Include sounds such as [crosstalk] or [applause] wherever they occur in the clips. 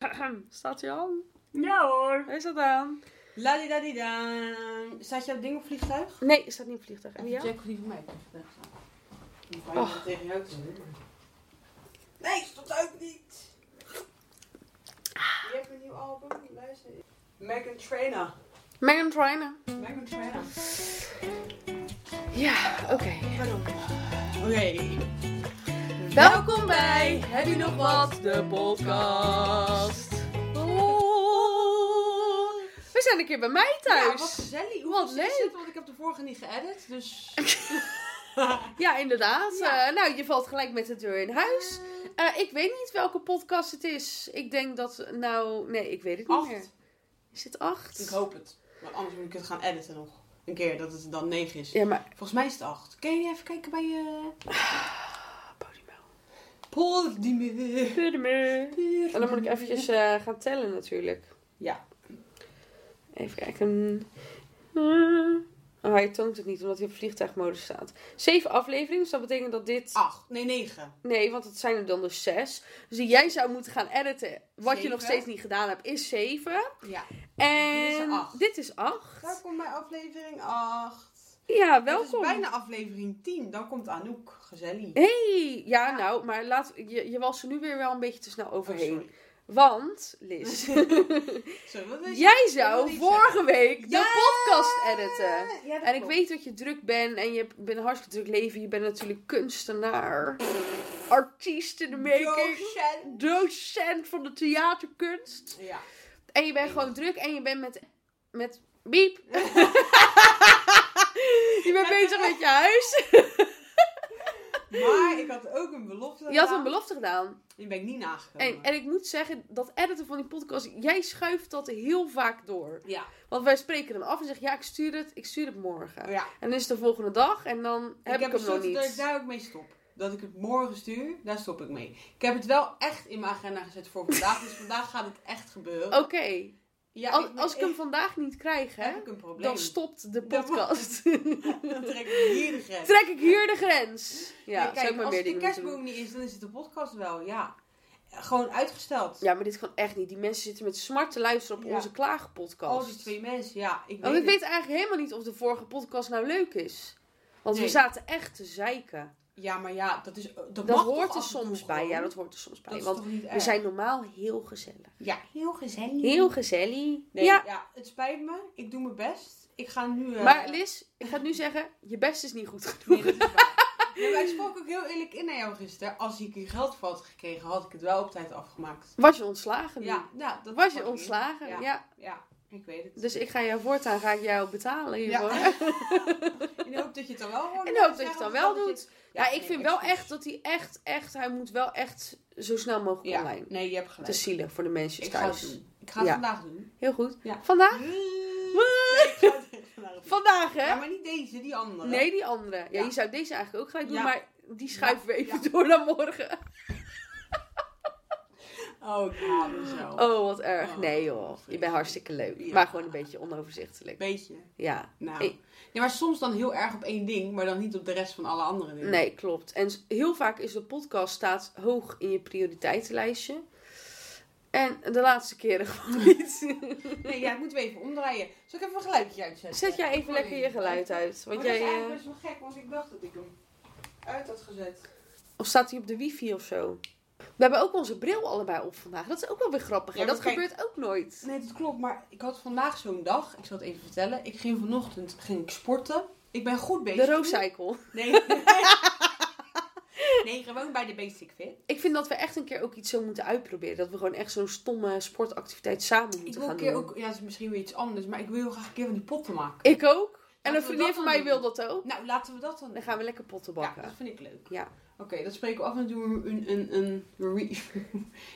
[clears throat] Staat hij aan? Ja hoor. Hij staat aan. Ladidadida. Staat jouw ding op vliegtuig? Nee, staat niet op vliegtuig. En Even ja? checken of die van mij op vliegtuig staat. Ik wou Oh. dat tegen jou te doen. maar- Nee, stond ook niet. Je hebt een nieuw album, luister. Megan Trainer. Megan Trainer. Megan Trainer. Ja, oké. Pardon. Oké. Welkom bij Heb je nog wat? De podcast. We zijn een keer bij mij Ja, Nou, wat thuis. gezellig. Hoe Wat leuk. leuk. want ik heb de vorige niet geëdit, [laughs] dus... Ja, inderdaad. Ja. Eh, nou, je valt gelijk met de deur in huis. Eh, ik weet niet welke podcast het is. Ik denk dat nou... Nee, ik weet het niet Acht. meer. Is het acht? Ik hoop het. Want anders moet ik het gaan editen nog. Een keer, dat het dan 9 is. Ja, maar... Volgens mij is het 8. Kun je even kijken bij je... Podimo. Paul die En dan moet ik eventjes eh, gaan tellen natuurlijk. Ja. Even kijken. Oh, hij toont het niet omdat hij op vliegtuigmodus staat. Zeven afleveringen, dus dat betekent dat dit... 8. Nee, 9. Nee, want het zijn er dan dus zes. Dus die jij zou moeten gaan editen, wat je nog Zeven. steeds niet gedaan hebt, is zeven. Ja. En Dit is acht. dit is acht. Welkom bij aflevering 8. Ja, Het is welkom. bijna aflevering 10. Dan komt Anouk. Gezellig. Hey, ja, nou, maar laat, je, je was er nu weer wel een beetje te snel Oh, overheen. sorry. want, [laughs] Liz, Sorry, wat is jij wil zou niet vorige week de Ja! podcast editen. Ja, dat En ik klopt. weet dat je druk bent en je bent een hartstikke druk leven. Je bent natuurlijk kunstenaar, artiest in de making, Docent. docent van de theaterkunst. Ja. En je bent gewoon druk en je bent met, met [laughs] biep. je bent bezig met je huis. Maar ik had ook een belofte. Je had een gedaan. belofte gedaan. Die ben ik niet nagekomen. En, en ik moet zeggen, dat editen van die podcast, jij schuift dat heel vaak door. Ja. Want wij spreken hem af en zeggen, ja, ik stuur het, ik stuur het morgen. Ja. En dan is het de volgende dag en dan heb ik, heb hem nog besloten niet. dat ik daar ook mee stop. Dat ik het morgen stuur, daar stop ik mee. Ik heb het wel echt in mijn agenda gezet voor vandaag. dus vandaag gaat het echt gebeuren. Oké, ja, als, als ik hem vandaag niet krijg, heb hè, ik een probleem. dan stopt de Dan- podcast. [laughs] Dan trek ik hier de grens. Trek ik hier de grens. Ja, Ja, zou kijk, ik maar als meer de dingen moeten doen. kerstboom niet is, dan is het de podcast wel, ja. Gewoon uitgesteld. Ja, maar dit kan echt niet. Die mensen zitten met smart te luisteren op Ja. onze klagenpodcast. Al die twee mensen, ja. Ik Want weet ik weet eigenlijk helemaal niet of de vorige podcast nou leuk is. Want we Nee. zaten echt te zeiken. het. Ja, maar ja, dat is... Dat, Dat mag hoort toch er af en toe soms bij. gewoon? Ja, dat hoort er soms bij. Dat is Want toch niet we erg? zijn normaal heel gezellig. Ja, heel gezellig. Heel gezellig. Nee, ja. ja. het spijt me. Ik doe mijn best. Ik ga nu... eh, Maar Liz, ik ga het nu zeggen, je best is niet goed Nee, genoeg. [laughs] dat is waar. Ja, maar ik sprak ook heel eerlijk in naar jou gisteren. Als ik je geld voor had gekregen, had ik het wel op tijd afgemaakt. Was je ontslagen nu? Ja, ja dat Was je sprak ik. ontslagen? Ja. ja. Ja, ik weet het. Dus ik ga jou voortaan ga ik jou betalen hiervoor. Ja, [laughs] Ja. In de hoop dat je het dan wel hoort. In de hoop dat je het dan wel doet. ik nee, vind wel excuus. echt dat hij echt, echt, hij moet wel echt zo snel mogelijk Ja, online. nee, je hebt Het gelijk. is zielig voor de mensen ik ga het thuis. doen. Ik ga het Ja. vandaag doen. Heel goed. Ja. Vandaag? Nee, Woe! ik ga het echt vandaag doen. Vandaag hè? Ja, maar niet deze, die andere. Nee, die andere. Ja, Ja. je zou deze eigenlijk ook gelijk doen, Ja. maar die schuiven we even Ja. door naar morgen. Oh, ik haal hem zo. Oh, wat erg. Oh, Nee joh, je bent vreselijk. hartstikke leuk. Ja. Maar gewoon een beetje onoverzichtelijk. Beetje. Ja. Nou. Hey. Nee, maar soms dan heel erg op één ding, maar dan niet op de rest van alle andere dingen. Nee, klopt. En s- heel vaak is de podcast staat hoog in je prioriteitenlijstje. En de laatste keren [laughs] gewoon niet. Nee, ja, ik moet weer even omdraaien. Zal ik even een geluidje uitzetten? Zet jij even lekker je geluid uit. Want jij, Oh, dat is eh, eigenlijk best wel gek, want ik dacht dat ik hem uit had gezet. of staat hij op de wifi of zo? We hebben ook onze bril allebei op vandaag. Dat is ook wel weer grappig. hè? Ja, maar dat kijk- gebeurt ook nooit. Nee, dat klopt, maar ik had vandaag zo'n dag. Ik zal het even vertellen. Ik ging vanochtend ging ik sporten. Ik ben goed bezig. De Rooscycle. [laughs] Nee. nee, gewoon bij de Basic Fit. Ik vind dat we echt een keer ook iets zo moeten uitproberen. Dat we gewoon echt zo'n stomme sportactiviteit samen Ik moeten wil gaan een keer doen. ook, ja, dat is misschien weer iets anders, maar ik wil heel graag een keer van die potten maken. Ik ook. En we een dat vriendin van dan mij doen. wil dat ook. Nou, laten we dat dan Dan gaan we lekker potten bakken. Ja, dat vind ik leuk. Ja. Oké, dat spreken we af en doen we een, een, een review.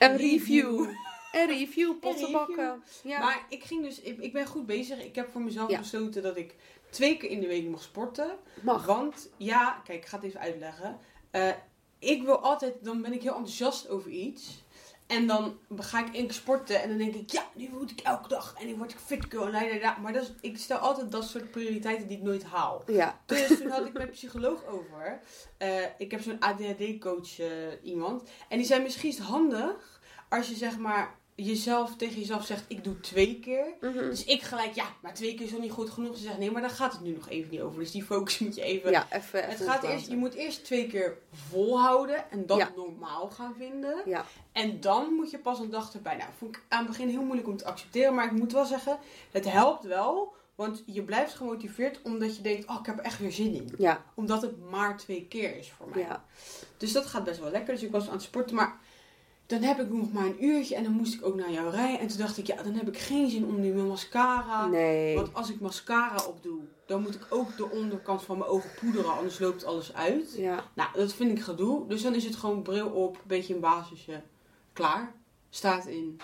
Een review. Een review, potten bakken. Ja. Maar ik ging dus, ik, ik ben goed bezig. Ik heb voor mezelf Ja. besloten dat ik twee keer in de week mag sporten. Mag. Want ja, kijk, ik ga het even uitleggen. Eh, ik wil altijd, dan ben ik heel enthousiast over iets. En dan ga ik één keer sporten en dan denk ik, ja, nu moet ik elke dag. En nu word ik fit girl. la, la, la. Maar dat is, ik stel altijd dat soort prioriteiten die ik nooit haal. Ja. Dus toen had ik met psycholoog over. Eh, ik eh, heb zo'n ADHD-coach iemand. En die zei, misschien is het handig als je zeg maar jezelf tegen jezelf zegt, ik doe twee keer. Mhm. Dus ik gelijk, ja, maar twee keer is nog niet goed genoeg. Ze zegt, nee, maar daar gaat het nu nog even niet over. Dus die focus moet je even... Ja, even. het even gaat ontlaten. eerst, je moet eerst twee keer volhouden en dat Ja. normaal gaan vinden. Ja. En dan moet je pas een dag erbij. Nou, vond ik aan het begin heel moeilijk om te accepteren. Maar ik moet wel zeggen, het helpt wel. Want je blijft gemotiveerd omdat je denkt, oh, ik heb er echt weer zin in. Ja, Omdat het maar twee keer is voor mij. ja. Dus dat gaat best wel lekker. Dus ik was aan het sporten, maar dan heb ik nog maar een uurtje en dan moest ik ook naar jou rijden. En toen dacht ik, ja, dan heb ik geen zin om nu mijn mascara. Nee. Want als ik mascara opdoe, dan moet ik ook de onderkant van mijn ogen poederen, anders loopt alles uit. Ja, Nou, dat vind ik gedoe. Dus dan is het gewoon bril op, een beetje een basisje. Klaar. Staat in.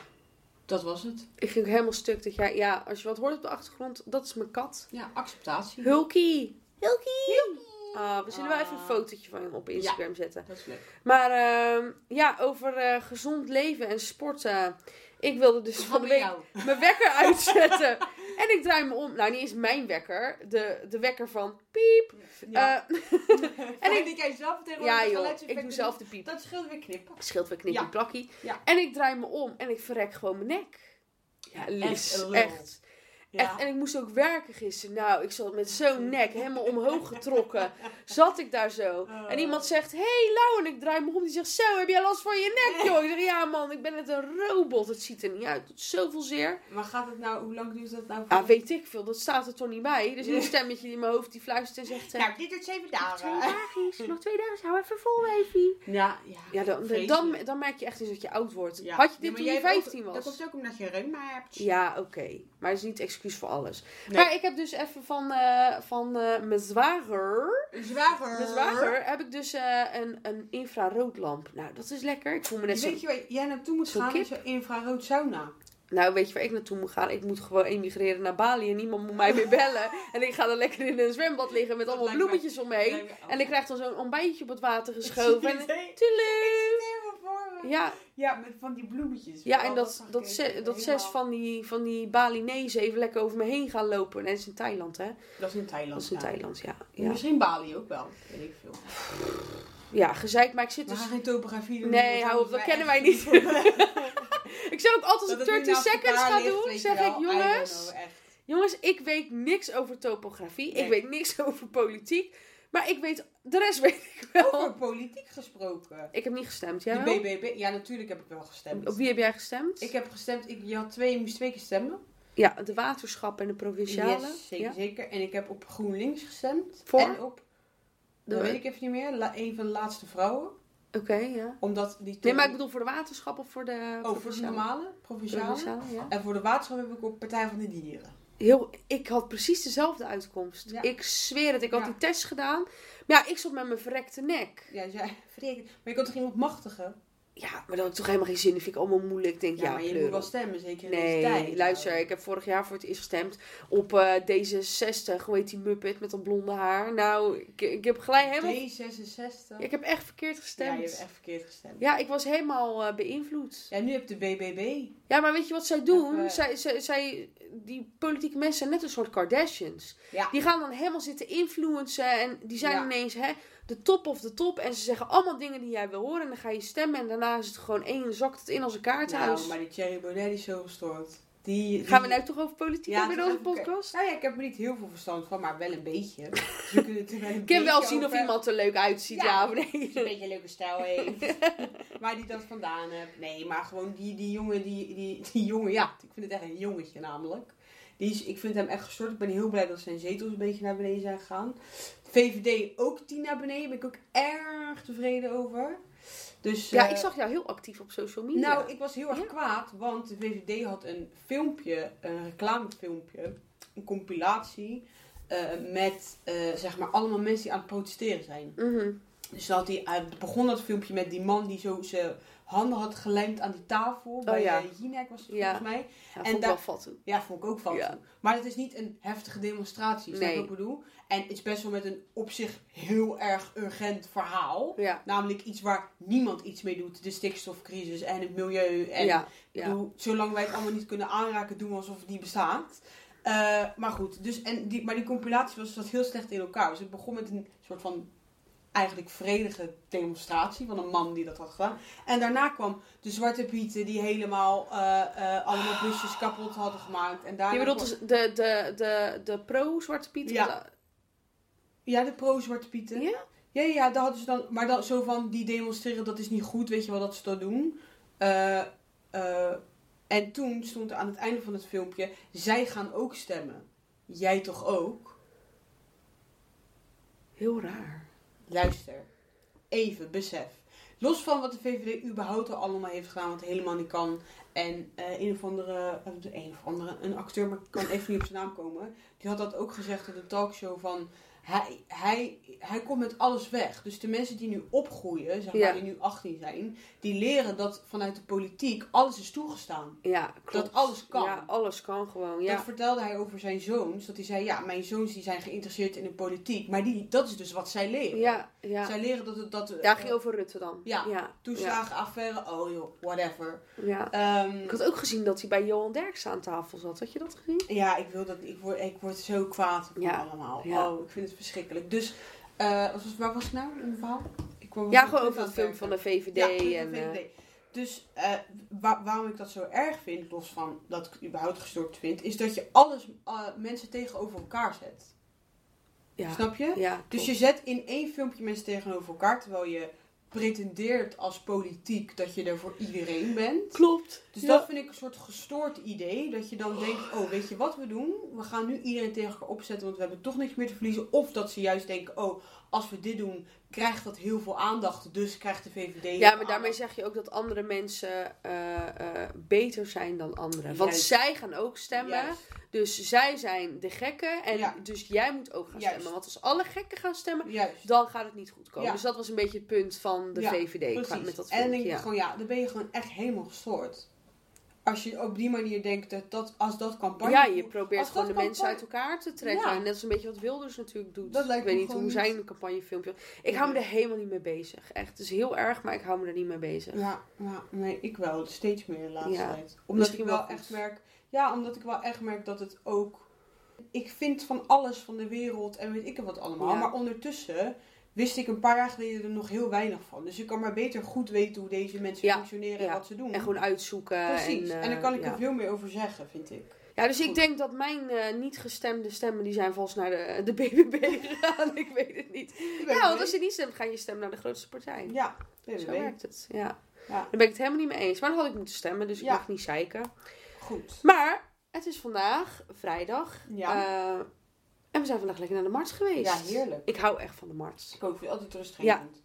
Dat was het. ik ging helemaal stuk dat jij. Ja, als je wat hoort op de achtergrond, dat is mijn kat. Ja, acceptatie. Hulkie. Hulkie. Ah, we zullen wel even Ah. een fotootje van hem op Instagram zetten. Dat is leuk. Maar ehm, ja, over eh, gezond leven en sporten. Ik wilde dus van de week [laughs] jou. mijn wekker [laughs] uitzetten. en ik draai me om. Nou, niet eens mijn wekker. De, de wekker van piep. Ja. Eh, [laughs] en ik denk jij zelf tegen ja joh, ik doe zelf de piep. Dat scheelt weer knippen. Scheelt weer knip Ja. en plakkie. Ja. En ik draai me om en ik verrek gewoon mijn nek. Ja, Lies. echt Echt, een lul. echt. Ja. En ik moest ook werken gisteren. Nou, ik zat met [laughs] zo'n nek helemaal omhoog getrokken. Zat ik daar zo. En Oh. iemand zegt, hé hey, Lau. En ik draai me om. Die zegt, zo, heb jij last van je nek, joh? Ik zeg, ja man, ik ben net een robot. Het ziet er niet uit. Het doet zoveel zeer. Maar gaat het nou, hoe lang duurt dat nou? Ah, weet ik veel. Dat staat er toch niet bij? Dus een stemmetje die in mijn hoofd die fluistert en zegt... eh, Nou, dit duurt zeven dagen. dagen, nog twee dagen. Hou even vol, Wavy. Ja, ja. Ja, dan, dan, dan, Vreselijk. merk je echt eens dat je oud wordt. Ja. Had je Ja, dit maar toen jij je hebt ook- 15 Dat was? komt ook omdat je reuma hebt. Ja, oké. Maar dat is niet excuus voor alles. Nee. Maar ik heb dus even van, eh, van eh, mijn zwager... Een Zwager. Mijn zwager heb ik dus eh, een, een infraroodlamp. Nou, dat is lekker. Ik voel me net Weet zo... je waar jij naartoe moet zo'n gaan? kip. Is een infrarood sauna. Nou, weet je waar ik naartoe moet gaan? Ik moet gewoon emigreren naar Bali en niemand moet mij meer [laughs] bellen. En ik ga dan lekker in een zwembad liggen met Dat allemaal lijkt mij- bloemetjes om me heen. En [laughs] ik krijg dan zo'n ontbijtje op het water geschoven. En... Nee, Tudu! helemaal voor me. Ja, Ja, met van die bloemetjes. ja, Oh, en dat, zag ik dat, echt ze- dat helemaal- zes van die, van die Balinezen even lekker over me heen gaan lopen. En dat is in Thailand, hè? Dat is in Thailand. Dat is in ja. Thailand, ja. Ja, Misschien Bali ook wel. Weet ik veel. ja gezeik, maar ik zit We dus... gaan geen topografie doen. Nee, want hou op, dan dat kennen moeten wij niet. [laughs] echt- Ik zou ook altijd Dat als het ik 30 nu naast seconds elkaar ga ligt, doen, weet zeg je wel. ik, I don't jongens... know, echt. Jongens, ik weet niks over topografie. Nee. Ik weet niks [laughs] over politiek. Maar ik weet... De rest weet ik wel. [laughs] Over politiek gesproken. Ik heb niet gestemd, De jij wel? BBB. Ja, natuurlijk heb ik wel gestemd. Op wie heb jij gestemd? Ik heb gestemd, ik, je, had twee, je moest twee keer stemmen. Ja, de waterschap en de provinciale. Yes, zeker, ja. zeker. En ik heb op GroenLinks gestemd. Voor? En op, De- dat weet ik even niet meer, la, een van de laatste vrouwen. Oké, ja. Omdat die Nee, toen- maar ik bedoel voor de waterschap of voor de... Oh, voor de normale, provinciale. Provinciale, ja. En voor de waterschap heb ik op Partij van de Dieren. Heel, ik had precies dezelfde uitkomst. Ja. Ik zweer het. Ik had Ja. die test gedaan. Maar ja, ik zat met mijn verrekte nek. Ja, dus [laughs] jij, verreken. maar je kan toch iemand machtigen? Ja, maar dat had ik toch helemaal geen zin. Dat vind ik allemaal moeilijk. Ik denk, ja, maar je pleur moet wel op. stemmen, zeker in deze tijd. Nee, luister. Ik heb vorig jaar voor het eerst gestemd op eh, D66. Hoe heet die muppet met dat blonde haar? Nou, ik, ik heb gelijk helemaal... D66. Ik heb echt verkeerd Ja, gestemd. je Ja, hebt echt verkeerd gestemd. ik was helemaal eh, beïnvloed. Ja, nu heb je de BBB. Ja, maar weet je wat zij doen? Even- Zij, zij, zij, die politieke mensen zijn net een soort Kardashians. Ja. Die gaan dan helemaal zitten influencen en die zijn Ja. ineens hè, de top of de top. En ze zeggen allemaal dingen die jij wil horen en dan ga je stemmen en daarna is het gewoon één en zakt het in als een kaarthuis. Nou, maar die Thierry Baudet die is zo gestoord. Die, die- Gaan we nou toch over politiek Ja, hebben in toch onze even kijken. podcast? Nou ja, ik heb er niet heel veel verstand van, maar wel een beetje. Dus we kunnen het er wel [laughs] een Ik kan wel beetje zien of over- iemand er leuk uitziet, Ja. ja, of nee. die een beetje een leuke stijl heeft. [laughs] Waar die dat vandaan hebt. Nee, maar gewoon die, die jongen, die, die, die jongen, ja, ik vind het echt een jongetje namelijk. Die is, ik vind hem echt gestort. Ik ben heel blij dat zijn zetels een beetje naar beneden zijn gegaan. VVD ook 10 naar beneden. Ben ik ook erg tevreden over. [laughs] Dus, Ja, eh, ik zag jou heel actief op social media. Nou, ik was heel erg Ja. kwaad, want de VVD had een filmpje, een reclamefilmpje, een compilatie eh, met eh, zeg maar allemaal mensen die aan het protesteren zijn. Mhm. Dus dan had hij, hij begon dat filmpje met die man die zo zijn handen had gelijmd aan die tafel. bij Oh ja. eh, Jinek was het Ja. volgens mij. ja, en vond ik daar- wel fatsoen. Ja, vond ik ook van Ja. toe. Maar het is niet een heftige demonstratie, snap Nee. je wat ik bedoel? En het is best wel met een op zich heel erg urgent verhaal. Ja, Namelijk iets waar niemand iets mee doet. De stikstofcrisis en het milieu. En ja, ik ja. bedoel, zolang wij het allemaal niet kunnen aanraken, doen we alsof het niet bestaat. Eh, maar goed, dus, en die, maar die compilatie was, zat heel slecht in elkaar. Dus het begon met een soort van eigenlijk vredige demonstratie van een man die dat had gedaan. En daarna kwam de Zwarte Pieten die helemaal eh, eh, allemaal busjes kapot hadden gemaakt. En Je daarna bedoelt dus kwam- de, de, de, de pro-Zwarte Piet? Ja. Ja, de pro-Zwarte Pieten. Ja? Ja, ja, daar hadden ze dan. Maar dan zo van die demonstreren, dat is niet goed, weet je wel dat ze dat doen. Eh, eh, en toen stond er aan het einde van het filmpje: zij gaan ook stemmen. Jij toch ook? Heel raar. Luister, even besef. Los van wat de VVD überhaupt al allemaal heeft gedaan, wat helemaal niet kan. En eh, een of andere, eh, de een of andere, een acteur, maar ik kan even niet op zijn naam komen. Die had dat ook gezegd in de talkshow van, hij, hij, hij komt met alles weg. Dus de mensen die nu opgroeien, zeg maar, Ja. die nu 18 zijn, die leren dat vanuit de politiek alles is toegestaan. Ja, klopt. Dat alles kan. Ja, alles kan gewoon. Ja. Dat vertelde hij over zijn zoons. Dat hij zei, ja, mijn zoons die zijn geïnteresseerd in de politiek. Maar die, dat is dus wat zij leren. Ja, ja. Zij leren dat het... Dat, eh, Daar ging over Rutte dan. Ja, ja. ja. Toeslagenaffaire, oh joh, whatever. ja. Ehm, Ik had ook gezien dat hij bij Johan Derks aan tafel zat. Had je dat gezien? ja, ik, wil dat, ik, word, ik word zo kwaad op Ja, allemaal. ja. Oh, ik vind het verschrikkelijk. Dus, eh, wat was, waar was ik nou in het verhaal? Ik kwam Ja, op gewoon punt over aan het film van de VVD. Ja, punt en, van eh, VVD. Dus eh, wa- waarom ik dat zo erg vind, los van dat ik het überhaupt gestoord vind, is dat je alles eh, mensen tegenover elkaar zet. ja. Snap je? Ja, Dus klopt. je zet in één filmpje mensen tegenover elkaar, terwijl je pretendeert als politiek dat je er voor iedereen bent. Klopt. Dus Ja. dat vind ik een soort gestoord idee. Dat je dan denkt, oh weet je wat we doen? We gaan nu iedereen tegen elkaar opzetten, want we hebben toch niks meer te verliezen. Of dat ze juist denken, oh als we dit doen, krijgt dat heel veel aandacht. Dus krijgt de VVD... heel Ja, veel maar daarmee aandacht. zeg je ook dat andere mensen eh, eh, beter zijn dan anderen. Want Juist. zij gaan ook stemmen. Juist. Dus zij zijn de gekken. En Ja. dus jij moet ook gaan Juist. stemmen. Want als alle gekken gaan stemmen, Juist. dan gaat het niet goed komen. Ja. Dus dat was een beetje het punt van de Ja, VVD. qua- Precies. Met dat en dan filmpje, denk ik ja. gewoon, ja, dan ben je gewoon echt helemaal gestoord. Als je op die manier denkt, dat, dat als dat campagne... ja, je probeert als gewoon de dat mensen uit campagne- elkaar te trekken. Ja. Net als een beetje wat Wilders natuurlijk doet. Dat lijkt ik weet me niet hoe gewoon niet. zijn campagnefilmpje. Ik hou me er helemaal niet mee bezig. Echt, het is heel erg, maar ik hou me er niet mee bezig. Ja, ja, nee, ik wel. Steeds meer de laatste Ja, tijd. Omdat misschien ik wel, wel goed. echt merk... Ja, omdat ik wel echt merk dat het ook... Ik vind van alles van de wereld en weet ik het wat allemaal. Ja. Maar ondertussen wist ik een paar jaar geleden er nog heel weinig van. Dus ik kan maar beter goed weten hoe deze mensen Ja, functioneren en ja. wat ze doen. En gewoon uitzoeken. Precies. En, En, eh, daar kan ik ja. er veel meer over zeggen, vind ik. Ja, dus ik Goed. denk dat mijn eh, niet gestemde stemmen, die zijn vast naar de, de BBB [laughs] gegaan. ik weet het niet. Ja, want als je niet stemt, ga je stemmen naar de grootste partij. Ja, Zo BBB. werkt het, ja. Ja. Daar ben ik het helemaal niet mee eens. Maar dan had ik moeten stemmen, dus ik Ja. mag niet zeiken. Goed. Maar het is vandaag, vrijdag. Ja. Eh, en we zijn vandaag lekker naar de markt geweest. Ja, heerlijk. Ik hou echt van de markt. Ik ook vind het altijd rustgevend.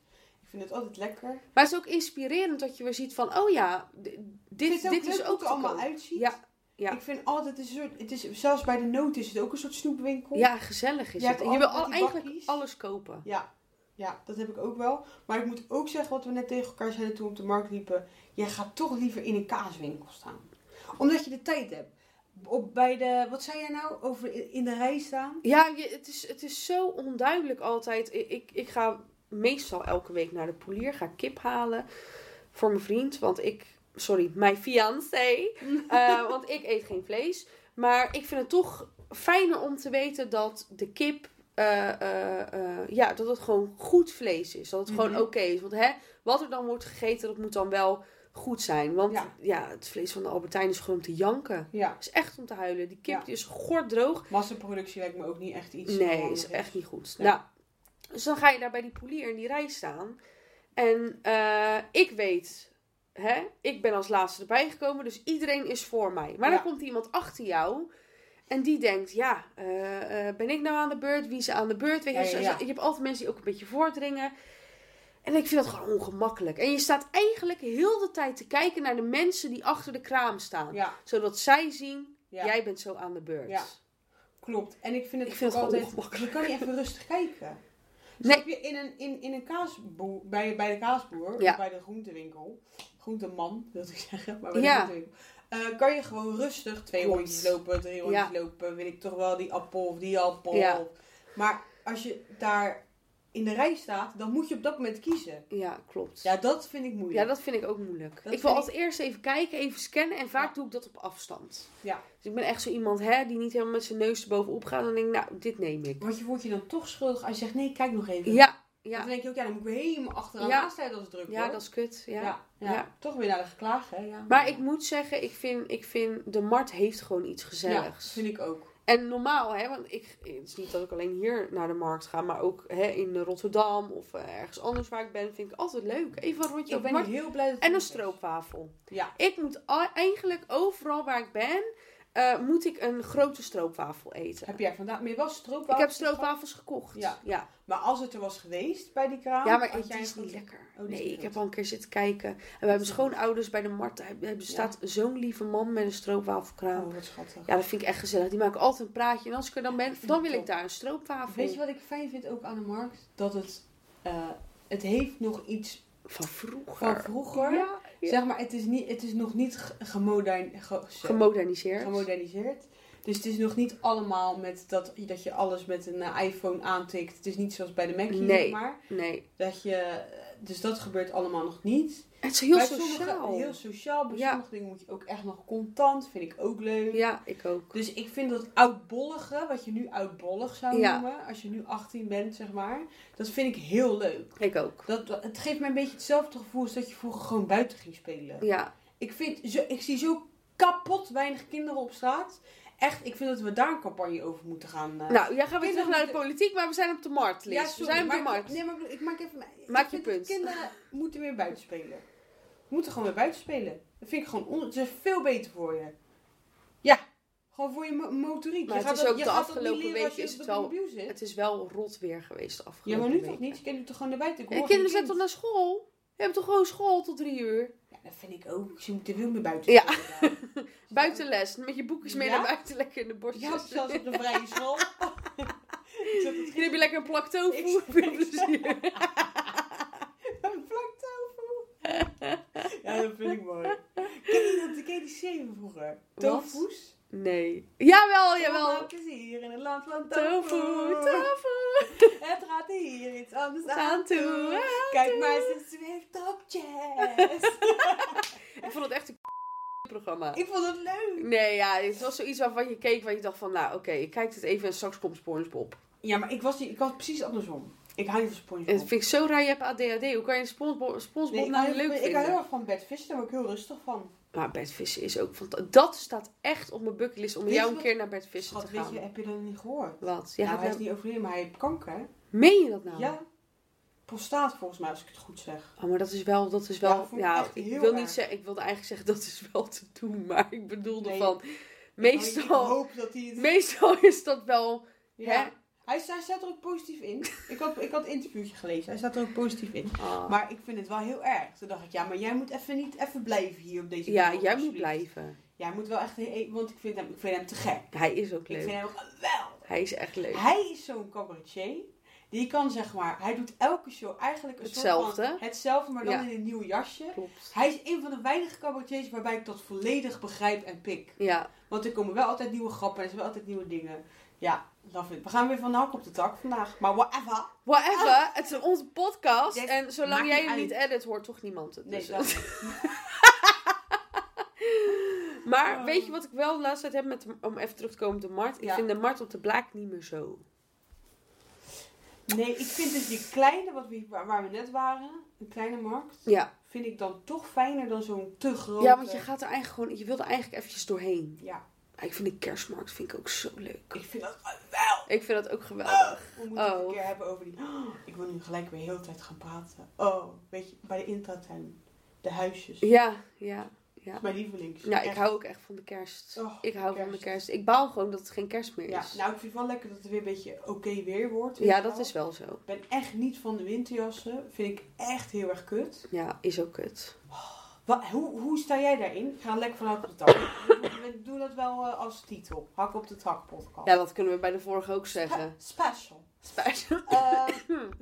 Ik vind het altijd lekker. Maar het is ook inspirerend dat je weer ziet van, oh ja, d- Dit, dit, is ook dit leuk is hoe ook het er allemaal koop. uitziet. Ja, ja. Ik vind altijd een soort, het is, zelfs bij de noot is het ook een soort snoepwinkel. ja, gezellig is Je het. hebt Je wil altijd al, die eigenlijk bakkies. alles kopen. Ja, ja, dat heb ik ook wel. Maar ik moet ook zeggen wat we net tegen elkaar zeiden toen we op de markt liepen. Jij gaat toch liever in een kaaswinkel staan. Omdat je de tijd hebt. Op, bij de, wat zei jij nou? Over in- in de rij staan? Ja, je- het, is, het is zo onduidelijk altijd. Ik, ik, ik ga meestal elke week naar de polier, ga kip halen voor mijn vriend. Want ik, sorry, mijn [laughs] fiancé. Eh, want ik eet geen vlees. Maar ik vind het toch fijner om te weten dat de kip, eh, eh, eh, ja, dat het gewoon goed vlees is. Dat het Mhm. gewoon oké is. Want hè, wat er dan wordt gegeten, dat moet dan wel goed zijn. Want ja. Ja. het vlees van de Albertijn is gewoon om te janken. Ja. Het is echt om te huilen. Die kip Ja. die is gorddroog. Massaproductie lijkt me ook niet echt iets. Nee, handigs. is echt niet goed. Nee. Nou, dus dan ga je daar bij die polier in die rij staan. En eh, ik weet, hè, ik ben als laatste erbij gekomen, dus iedereen is voor mij. Maar Ja. dan komt iemand achter jou en die denkt, ja, eh, eh, ben ik nou aan de beurt? Wie is er aan de beurt? Weet je, Ja, ja, zo- ja. zo- je hebt altijd mensen die ook een beetje voordringen. En ik vind dat gewoon ongemakkelijk. En je staat eigenlijk heel de tijd te kijken naar de mensen die achter de kraam staan. Ja, Zodat zij zien, ja. jij bent zo aan de beurt. Ja. Klopt. En ik vind het, Ik vind ook het gewoon altijd. Je kan niet even rustig kijken. Nee. Snap je in een, in, in een kaasboer, bij, bij de kaasboer, Ja. of bij de groentewinkel, groenteman wil ik zeggen, maar bij de Ja. groentewinkel, eh, kan je gewoon rustig twee Klopt. rondjes lopen, drie rondjes lopen, wil ik toch wel die appel of die appel. Ja. Maar als je daar in de rij staat, dan moet je op dat moment kiezen. Ja, klopt. Ja, dat vind ik moeilijk. Ja, dat vind ik ook moeilijk. ik vind wil ik- altijd eerst even kijken, even scannen en vaak Ja. doe ik dat op afstand. Ja. Dus ik ben echt zo iemand hè, die niet helemaal met zijn neus erbovenop gaat en denk, nou, dit neem ik. Want je wordt je dan toch schuldig als je zegt, nee, kijk nog even. Ja, Want Ja, Dan denk je ook, ja, dan moet ik weer helemaal achteraan Ja. aansluiten als het druk ja wordt. dat is kut. Ja. Ja, Ja. ja. toch weer naar de geklaag, hè? Ja. Maar ik moet zeggen, ik vind, ik vind de Mart heeft gewoon iets Ja, gezelligs. vind ik ook. En normaal, hè, want ik, het is niet dat ik alleen hier naar de markt ga, maar ook hè, in Rotterdam of eh, ergens anders waar ik ben, vind ik altijd leuk. Even een rondje Ik op de ben markt. heel blij dat het En een goed is. stroopwafel. Ja. Ik moet a- eigenlijk overal waar ik ben, eh, moet ik een grote stroopwafel eten. Heb jij vandaag... Maar je was stroopwafels ik heb gehad? stroopwafels gekocht. Ja. ja. Maar als het er was geweest bij die kraam... Ja, maar had het jij is een niet goed- lekker. die is nee, niet ik lekker. heb al een keer zitten kijken. En bij mijn schoonouders bij de Marta heb- heb- staat zo'n lieve man met een stroopwafelkraam. Oh, wat schattig. Ja, dat vind ik echt gezellig. Die maken altijd een praatje. En als ik er dan ben, vind dan ik wil ik top. daar een stroopwafel. Weet je wat ik fijn vind ook aan de markt? Dat het... eh, het heeft nog iets Van vroeger. van vroeger. Ja, ja. Zeg maar, het is, niet, het is nog niet ge- gemodern, ge- ge- Gemoderniseerd. gemoderniseerd. Dus het is nog niet allemaal met dat, dat je alles met een eh, iPhone aantikt. Het is niet zoals bij de Mac hier, Nee. zeg maar. nee. Dat je, eh, dus dat gebeurt allemaal nog niet. Het is heel Bij sociaal. Sommige, heel sociaal. Bij Ja. sommige dingen moet je ook echt nog contant. Vind ik ook leuk. Ja, ik ook. Dus ik vind dat oudbollige, wat je nu oudbollig zou Ja. noemen. Als je nu 18 bent, zeg maar. Dat vind ik heel leuk. Ik ook. Dat, dat- het geeft mij een beetje hetzelfde gevoel als dat je vroeger gewoon buiten ging spelen. Ja, Ik, vind zo, ik zie zo kapot weinig kinderen op straat. Echt, ik vind dat we daar een campagne over moeten gaan. eh. nou, jij gaat weer Kinderen terug naar de moeten- politiek, maar we zijn op de markt, Liz. Ja, we zijn op de maar, markt. Nee, maar ik bedoel, ik maak even... ik Maak je vind dat punt. Kinderen [laughs] moeten weer buiten spelen. Moeten gewoon weer buiten spelen. Dat vind ik gewoon... On, het is veel beter voor je. Ja. Gewoon voor je mo- motoriek. Maar je het is dat, ook je de gaat dat afgelopen niet leren als weken je is op het de wel- mobiel zit. Het is wel rot weer geweest de Ja, afgelopen maar nu weken. toch niet? Je kinderen toch gewoon naar buiten? Ik En hoor kinderen geen zijn toch kind. naar school? Je hebt toch gewoon school tot drie uur? Ja, dat vind ik ook. Ze moeten veel meer buiten Ja. spelen. [laughs] daar. Buitenles, met je boekjes mee Ja? naar buiten, lekker in de borstjes. Ja, zelfs op de vrije [laughs] school. ik zat het Dan heb je lekker een plak tofu. Ik- [laughs] Veel plezier. Een vlak [laughs] tofu. Ja, dat vind ik mooi. Ken je, dat, ken je die serie van vroeger? Wat? Tofu's? Nee. Jawel, Allemaal jawel. plezier in het land van tofu. Tofu, tofu. Het gaat hier iets anders Aan aan toe, toe. Kijk maar, ze zweeft op jazz. Ik vond het echt een [laughs] programma. [laughs] Ik vond het leuk. Nee, ja, het was zoiets waarvan je keek, waar je dacht van, nou, oké, ik kijk dit even en straks komt Spongebob. Ja, maar ik was, die- ik was precies andersom. Ik hou niet van En SpongeBob. dat vind ik zo raar, je hebt ADHD. Hoe kan je Spongebob, Spongebob Oh. Nee, ik nou hou niet leuk heel- vinden? ik hou heel erg van Bert Visser, daar word ik heel rustig van. Maar Bert Visser is ook fantastisch. Dat staat echt op mijn bucketlist om Weet je jou een wat- keer naar Bert Visser Schat, te gaan. weet je, heb je dat niet gehoord? Wat? Ja, Ja, nou, gaat hij is nou- niet overleden, maar hij heeft kanker. Meen je dat nou? Ja. Prostaat volgens mij, als ik het goed zeg. Oh, maar dat is wel, dat is Ja, wel. dat vond ik Ja, echt ik heel wil erg. niet zeggen, ik wilde eigenlijk zeggen dat is wel te doen, [laughs] maar ik bedoelde Nee. van Ik meestal, hoop dat hij het... meestal is dat wel. hè? Ja. Hij, sta- hij staat er ook positief in. Ik had, ik had een interviewtje gelezen. Hij staat er ook positief in. Ah. Maar ik vind het wel heel erg. Toen dacht ik, ja, maar jij moet even niet even blijven hier op deze ja, wereld, jij moet alsjeblieft. blijven. Jij moet wel echt... he- Want ik vind hem, ik vind hem te gek. Hij is ook Ik leuk. vind hem geweldig. Hij is echt leuk. Hij is zo'n cabaretier. Die kan zeg maar... Hij doet elke show eigenlijk een soort Hetzelfde. van... Hetzelfde, maar dan Ja. in een nieuw jasje. Klopt. Hij is een van de weinige cabaretiers waarbij ik dat volledig begrijp en pik. Ja, Want er komen wel altijd nieuwe grappen en er zijn wel altijd nieuwe dingen. Ja, love it. We gaan weer van de hak op de tak vandaag. Maar whatever. whatever, het is onze podcast Ah. Yes, en zolang maakt jij niet hem niet uit. edit, hoort toch niemand het. Nee, Dus- dat- Maar Oh. weet je wat ik wel de laatste tijd heb met de- om even terug te komen op de markt? Ik Ja. vind de markt op de blaak niet meer zo. nee ik vind dus die kleine, wat we, waar waar we net waren, een kleine markt, Ja. vind ik dan toch fijner dan zo'n te grote. ja, want je gaat er eigenlijk gewoon, je wil er eigenlijk eventjes doorheen. Ja, Maar Ik vind de kerstmarkt vind ik ook zo leuk. ik vind dat wel. Ik vind dat ook geweldig. We moeten het Oh. een keer hebben over die... Oh, ik wil nu gelijk weer heel de tijd gaan praten. Oh, weet je, bij de intratuin. De huisjes. Ja, ja. Dat is mijn lievelings. Nou, ik Echt. hou ook echt van de kerst. Oh, Ik hou van kerst. de kerst. Ik baal gewoon dat het geen kerst meer Ja, is. nou ik vind het wel lekker dat het weer een beetje oké weer wordt. weet Ja, je dat wel. is wel zo. Ik ben echt niet van de winterjassen. Vind ik echt heel erg kut. Ja, is ook kut. Wat, hoe, hoe sta jij daarin? Ik ga lekker van hak op de tak. We- We doen dat wel eh, als titel. Hak op de tak podcast. Ja, dat kunnen we bij de vorige ook Spe- [laughs] zeggen. special. Spijs. Eh,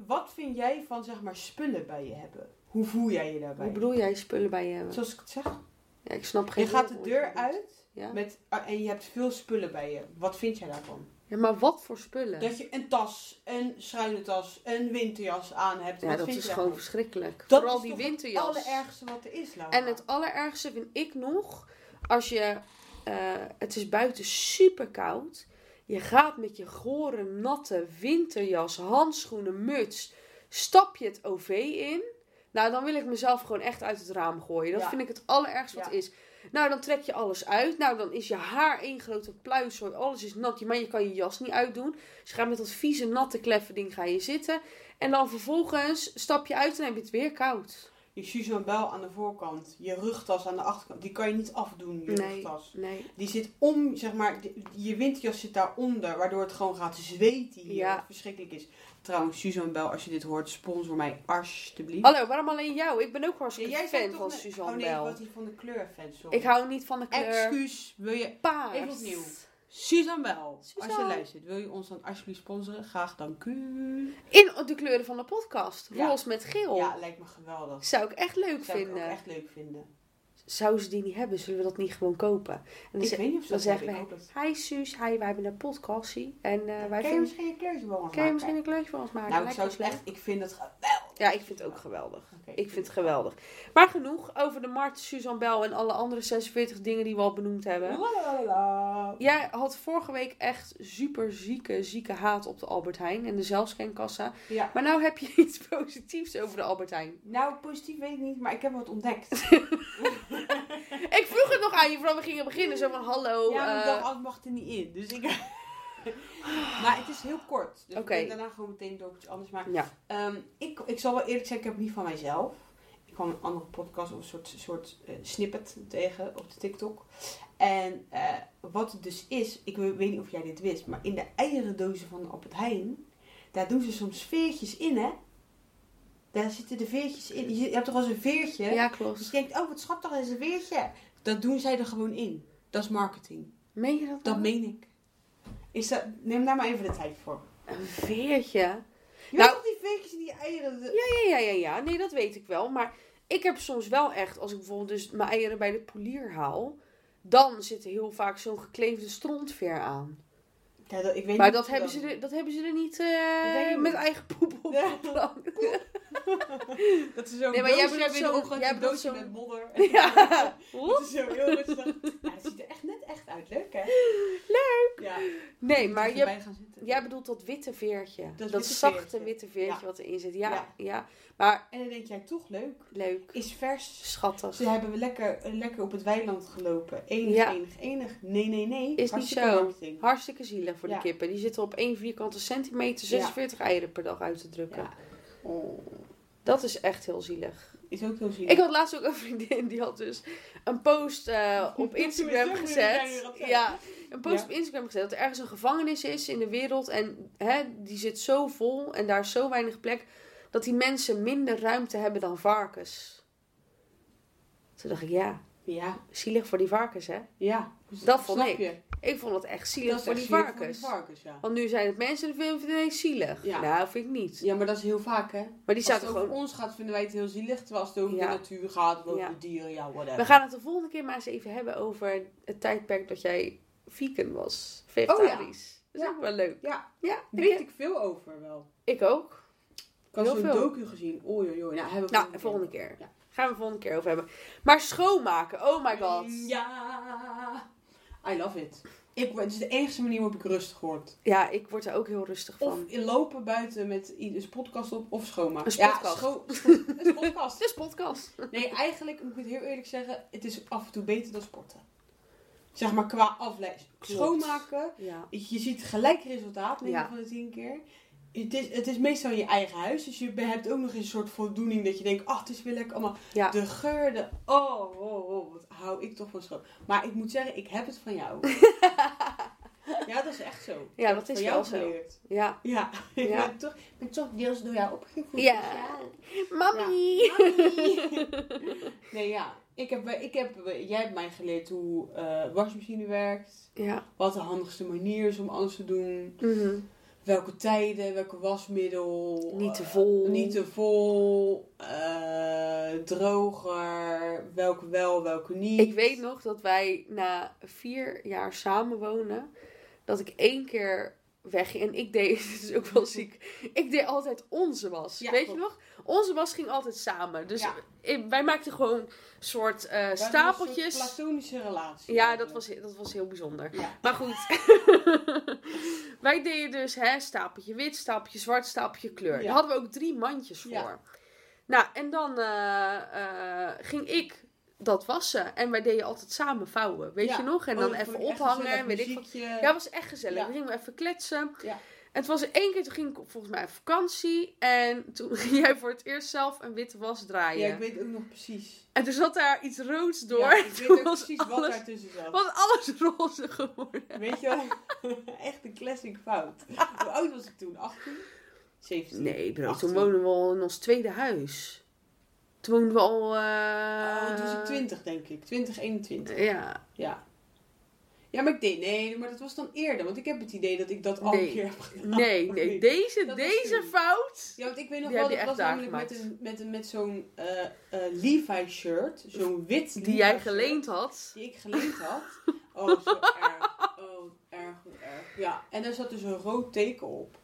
wat vind jij van zeg maar spullen bij je hebben? Hoe voel jij je daarbij? Hoe bedoel jij spullen bij je hebben? Zoals ik het zeg. Ja, ik snap geen Je gaat woord de hoe deur het moet. uit Ja. met, ah, en je hebt veel spullen bij je. Wat vind jij daarvan? ja, maar wat voor spullen? Dat je een tas, een schuinetas, een winterjas aan hebt. Ja, wat dat vind is je gewoon daarvan? verschrikkelijk. Dat Vooral is die toch het winterjas. Het allerergste wat er is, Laura. En het allerergste vind ik nog als je. eh, het is buiten super koud. Je gaat met je gore, natte winterjas, handschoenen, muts, Stap je het OV in, nou dan wil ik mezelf gewoon echt uit het raam gooien. Dat Ja. vind ik het allerergst wat Ja. is. Nou, dan trek je alles uit. Nou, dan is je haar één grote pluiszooi. Alles is nat. Maar je kan je jas niet uitdoen. Dus je gaat met dat vieze, natte, kleffe ding ga je zitten. En dan vervolgens stap je uit en heb je het weer koud. Je Suzanne Bel aan de voorkant, je rugtas aan de achterkant, die kan je niet afdoen, je Nee. rugtas. Nee. Die zit om, zeg maar, die- je windjas zit daaronder, waardoor het gewoon gaat zweten hier, Ja. wat verschrikkelijk is. Trouwens, Suzanne Bel, als je dit hoort, sponsor mij alsjeblieft. Hallo, waarom alleen jou? Ik ben ook Ja, hartstikke zei fan toch van net- Suzanne oh, nee, Bel. Ik was die van de kleurfan, sorry. Ik hou niet van de kleur Excuus, wil je... paars. Even opnieuw. Suzanne Bel, als je Suzanne. luistert, wil je ons dan alsjeblieft sponsoren? Graag dank u. In de kleuren van de podcast. Ja. Roze met geel. Ja, lijkt me geweldig. Zou ik echt Oh. leuk Zou ik ook vinden. echt leuk vinden. Zou ze die niet hebben, zullen we dat niet gewoon kopen? En dan Ik ze- weet niet of ze dan dat zeggen hebben, ik we, hoop hi Suus, hi, wij hebben een podcastie. En eh, wij Kan je vinden... misschien een kleurtje bij ons Kan je maken? misschien een kleurtje voor ons maken? Nou, ik Lijkt zou ons het echt... Ik vind het geweldig. leuk. Ja, ik vind het ook geweldig. Oké, Ik vind het geweldig. Maar genoeg over de Mart, Suzanne Bel en alle andere 46 dingen die we al benoemd hebben. Lalalala. Jij had vorige week echt super zieke, zieke haat op de Albert Heijn en de zelfscankassa. Ja. Maar nou heb je [laughs] iets positiefs over de Albert Heijn. Nou, positief weet ik niet, maar ik heb wat ontdekt. Ik vroeg het nog aan je voordat we gingen beginnen. Zo van, hallo. [laughs] ja, maar ik eh, dacht, oh, ik mag er niet in. Dus ik... [laughs] maar het is heel kort. Dus Oké. ik ben daarna gewoon meteen door op iets anders. Maar ja. Ehm, ik, ik zal wel eerlijk zeggen, ik heb het niet van mijzelf. Ik kwam een andere podcast of een soort, soort eh, snippet tegen op de TikTok. En eh, wat het dus is, ik we- weet niet of jij dit wist, maar in de eierendozen van Albert Heijn, daar doen ze soms veertjes in, hè? Daar zitten de veertjes in. Je hebt toch wel eens een veertje? ja, Dus je klopt. denkt, oh wat schattig, dat is een veertje. Dat doen zij er gewoon in. Dat is marketing. Meen je dat Dat dan? meen ik. Is dat, neem daar maar even de tijd voor. Een veertje? Je Nou- weet toch die veertjes in die eieren? de- Ja, ja, ja, ja. Nee, dat weet ik wel. Maar ik heb soms wel echt, als ik bijvoorbeeld dus mijn eieren bij de polier haal... Dan zit er heel vaak zo'n gekleefde strontveer aan. Ja, dat, ik weet Maar niet dat of hebben, ze er, dat hebben ze er niet eh, denk ik met niet. eigen poep op. Ja. geplakt. Dat is zo'n Nee, maar jij bedoelt zo'n- jij bedoelt zo'n- modder. [laughs] Ja. Dat is zo heel [laughs] rustig. Ja, dat ziet er echt net echt uit. Leuk, hè? Leuk! Ja, Nee, [laughs] maar je, jij gaan zitten. jij bedoelt dat witte veertje. Dat, Dat witte zachte veertje. witte veertje Ja. wat erin zit. Ja, ja, Ja. Maar En dan denk jij toch leuk. leuk. Is vers. Schattig. Ze hebben we lekker, eh, lekker op het weiland gelopen. Enig, Ja. enig, enig. Nee, nee, nee. niet Hartstikke zo. marketing. Hartstikke zielig voor de Ja. kippen. Die zitten op één vierkante centimeter 46 eieren per dag uit te drukken. Ja. Oh, Dat is echt heel zielig. is ook heel zielig. Ik had laatst ook een vriendin die had dus een post eh, [laughs] op Ik Instagram ben zo benieuwd wat jij gezet. nu gaat zeggen. Ja, een post Ja. op Instagram gezet dat er ergens een gevangenis is in de wereld en hè, die zit zo vol en daar is zo weinig plek dat die mensen minder ruimte hebben dan varkens. Toen dacht ik, ja, Ja, zielig voor die varkens hè. ja. Dat vond Snap ik. je? Ik vond het echt zielig Dat is voor echt die zielig varkens. Voor die varkens, ja. Want nu zijn het mensen en vinden het ineens zielig. Ja. Nou, vind ik niet. Ja, maar dat is heel vaak, hè? Maar die Als het zaten over gewoon... ons gaat, vinden wij het heel zielig. Terwijl als het over Ja. de natuur gaat, of over Ja. de dieren, ja, whatever. We gaan het de volgende keer maar eens even hebben over het tijdperk dat jij vegan was. Vegetarisch. Dat is Oh Ja. ook wel leuk. Ja. Ja, Weet ik, ik veel over wel. ik ook. Ik had Heel zo'n veel. docu gezien. Oei, oei, oei. Nou, hebben we Nou, de volgende keer. Ja. Gaan we de volgende keer over hebben. Maar schoonmaken, oh my god. Ja. I love it. Ik, het is de enige manier waarop ik rustig word. Ja, ik word er ook heel rustig van. Of in lopen buiten met i- een podcast op of schoonmaken. Een Ja, podcast. scho- [laughs] scho- een dus podcast. Het is podcast. Nee, eigenlijk moet ik het heel eerlijk zeggen. Het is af en toe beter dan sporten. Zeg maar qua afleiding. Schoonmaken. Ja. Je ziet gelijk resultaat 9 Ja. van de 10 keer. Het is, het is meestal in je eigen huis. Dus je be- hebt ook nog eens een soort voldoening dat je denkt, ach, het is weer lekker allemaal. Ja. De geur, de... Oh, oh, oh, wat hou ik toch van schoon. Maar ik moet zeggen, ik heb het van [laughs] jou. ja, dat is echt zo. Ik Ja, heb dat het is van jou wel zo. geleerd. Ja. Ja, [laughs] ik Ja. ben toch, ik ben toch deels door [laughs] jou opgevoed. Ja. Mami! nee, ja. Ik heb, ik heb, jij hebt mij geleerd hoe eh wasmachine werkt. Ja. Wat de handigste manier is om alles te doen. Mhm. Welke tijden, welke wasmiddel. Niet te vol. eh, niet te vol. eh, droger. Welke wel, welke niet. Ik weet nog dat wij na vier jaar samenwonen, dat ik één keer wegging. En ik deed, [laughs] dit is ook wel ziek, ik deed altijd onze was. Ja, Weet je klopt. nog? Onze was ging altijd samen. Dus Ja. ik- wij maakten gewoon soort eh, stapeltjes. Een soort platonische relatie. Ja, dat was, dat was heel bijzonder. Ja. Maar goed, [laughs] wij deden dus hè, stapeltje wit, stapeltje zwart, stapeltje kleur. Ja. Daar hadden we ook drie mandjes voor. Ja. Nou, en dan eh, eh, ging ik dat wassen. En wij deden altijd samen vouwen, weet Ja. je nog? En Oh, dan dat even vond ik echt ophangen gezellig, en weet ik wat. muziekje. Ja, het was echt gezellig. Ja. We gingen even kletsen. Ja. En het was er één keer, toen ging ik op- volgens mij op vakantie. En toen [laughs] ging jij voor het eerst zelf een witte was draaien. Ja, ik weet ook nog precies. En toen zat daar iets roods [laughs] door. Ja, ik En weet toen ook was precies wat alles- daartussen zat. was alles roze geworden. Weet je wel? [laughs] Echt een classic fout. Hoe oud was ik toen? 18? 17? Nee, bro, toen 18. woonden we al in ons tweede huis. Toen woonden we al... eh, Oh, toen was ik 20, denk ik. 20, 21. Ja, Ja. Ja, maar ik deed... Nee, maar dat was dan eerder. Want ik heb het idee dat ik dat al Nee. een keer heb gedaan. nee, nee. [laughs] niet? Deze, Oh, Dat was deze toen. fout... Ja, want ik weet nog Die wel, heb dat je was echt namelijk met, aangemaakt. een, met, een, met zo'n eh eh, Levi-shirt. Zo'n wit Die jij Levi-shirt geleend had. Die ik geleend had. Oh, zo erg. Oh, erg, hoe erg. Ja, en daar zat dus een rood teken op.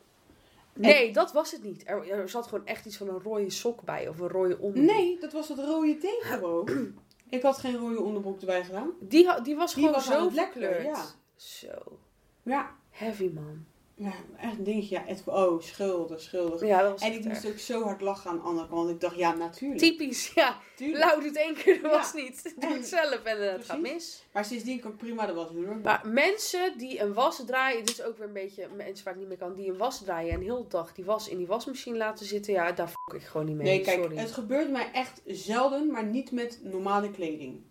Nee, dat was het niet. Er, er zat gewoon echt iets van een rode sok bij. Of een rode onderbroek. Nee, dat was dat rode teken gewoon. Ik had geen rode onderbroek erbij gedaan. Die, ha- die was Die gewoon was aan zo het lekkeren, verkleurd. ja. Zo. Ja, Heavy, man. ja echt een dingetje. Ja, het, oh, schuldig, schuldig. Ja, dat was En echt ik erg. moest ook zo hard lachen aan Anne, want ik dacht, ja, natuurlijk. Typisch, ja. tuurlijk. Lau doet één keer de Ja. was niet. Doe het [laughs] zelf en eh, het gaat Precies. mis. Maar sindsdien kan ik prima de was doen hoor. Maar mensen die een was draaien, dit is ook weer een beetje mensen waar ik niet meer kan, die een was draaien en heel de dag die was in die wasmachine laten zitten, ja, daar fok ik gewoon niet mee. Nee, kijk, Sorry. het gebeurt mij echt zelden, maar niet met normale kleding.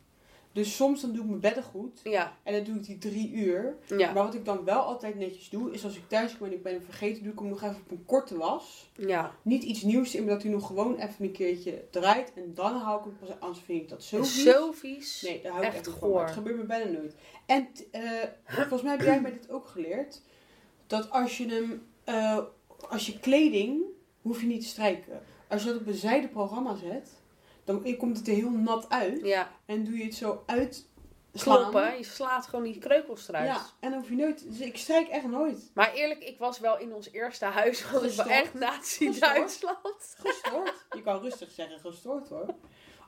Dus soms dan doe ik mijn beddengoed Ja, en dan doe ik die drie uur. ja, Maar wat ik dan wel altijd netjes doe, is als ik thuis kom en ik ben hem vergeten, doe ik hem nog even op een korte was. ja. Niet iets nieuws in, maar dat hij nog gewoon even een keertje draait. En dan hou ik hem pas, anders vind ik dat Zo zo vies. vies. Zo vies. Nee, daar hou ik Echt echt niet van. Maar Het goor. gebeurt me bijna nooit. En t- [clears throat] eh, volgens mij heb jij mij dit ook geleerd. Dat als je hem, eh, als je kleding, hoef je niet te strijken. Als je dat op een zijde programma zet, dan komt het er heel nat uit. Ja, En doe je het zo uit slaan. kloppen, je slaat gewoon die kreukels eruit. Ja, en dan hoef je nooit, dus ik strijk echt nooit. Maar eerlijk, ik was wel in ons eerste huis, want ik was Gestoord. echt Nazi-Duitsland. Gestoord. je kan rustig zeggen gestoord hoor.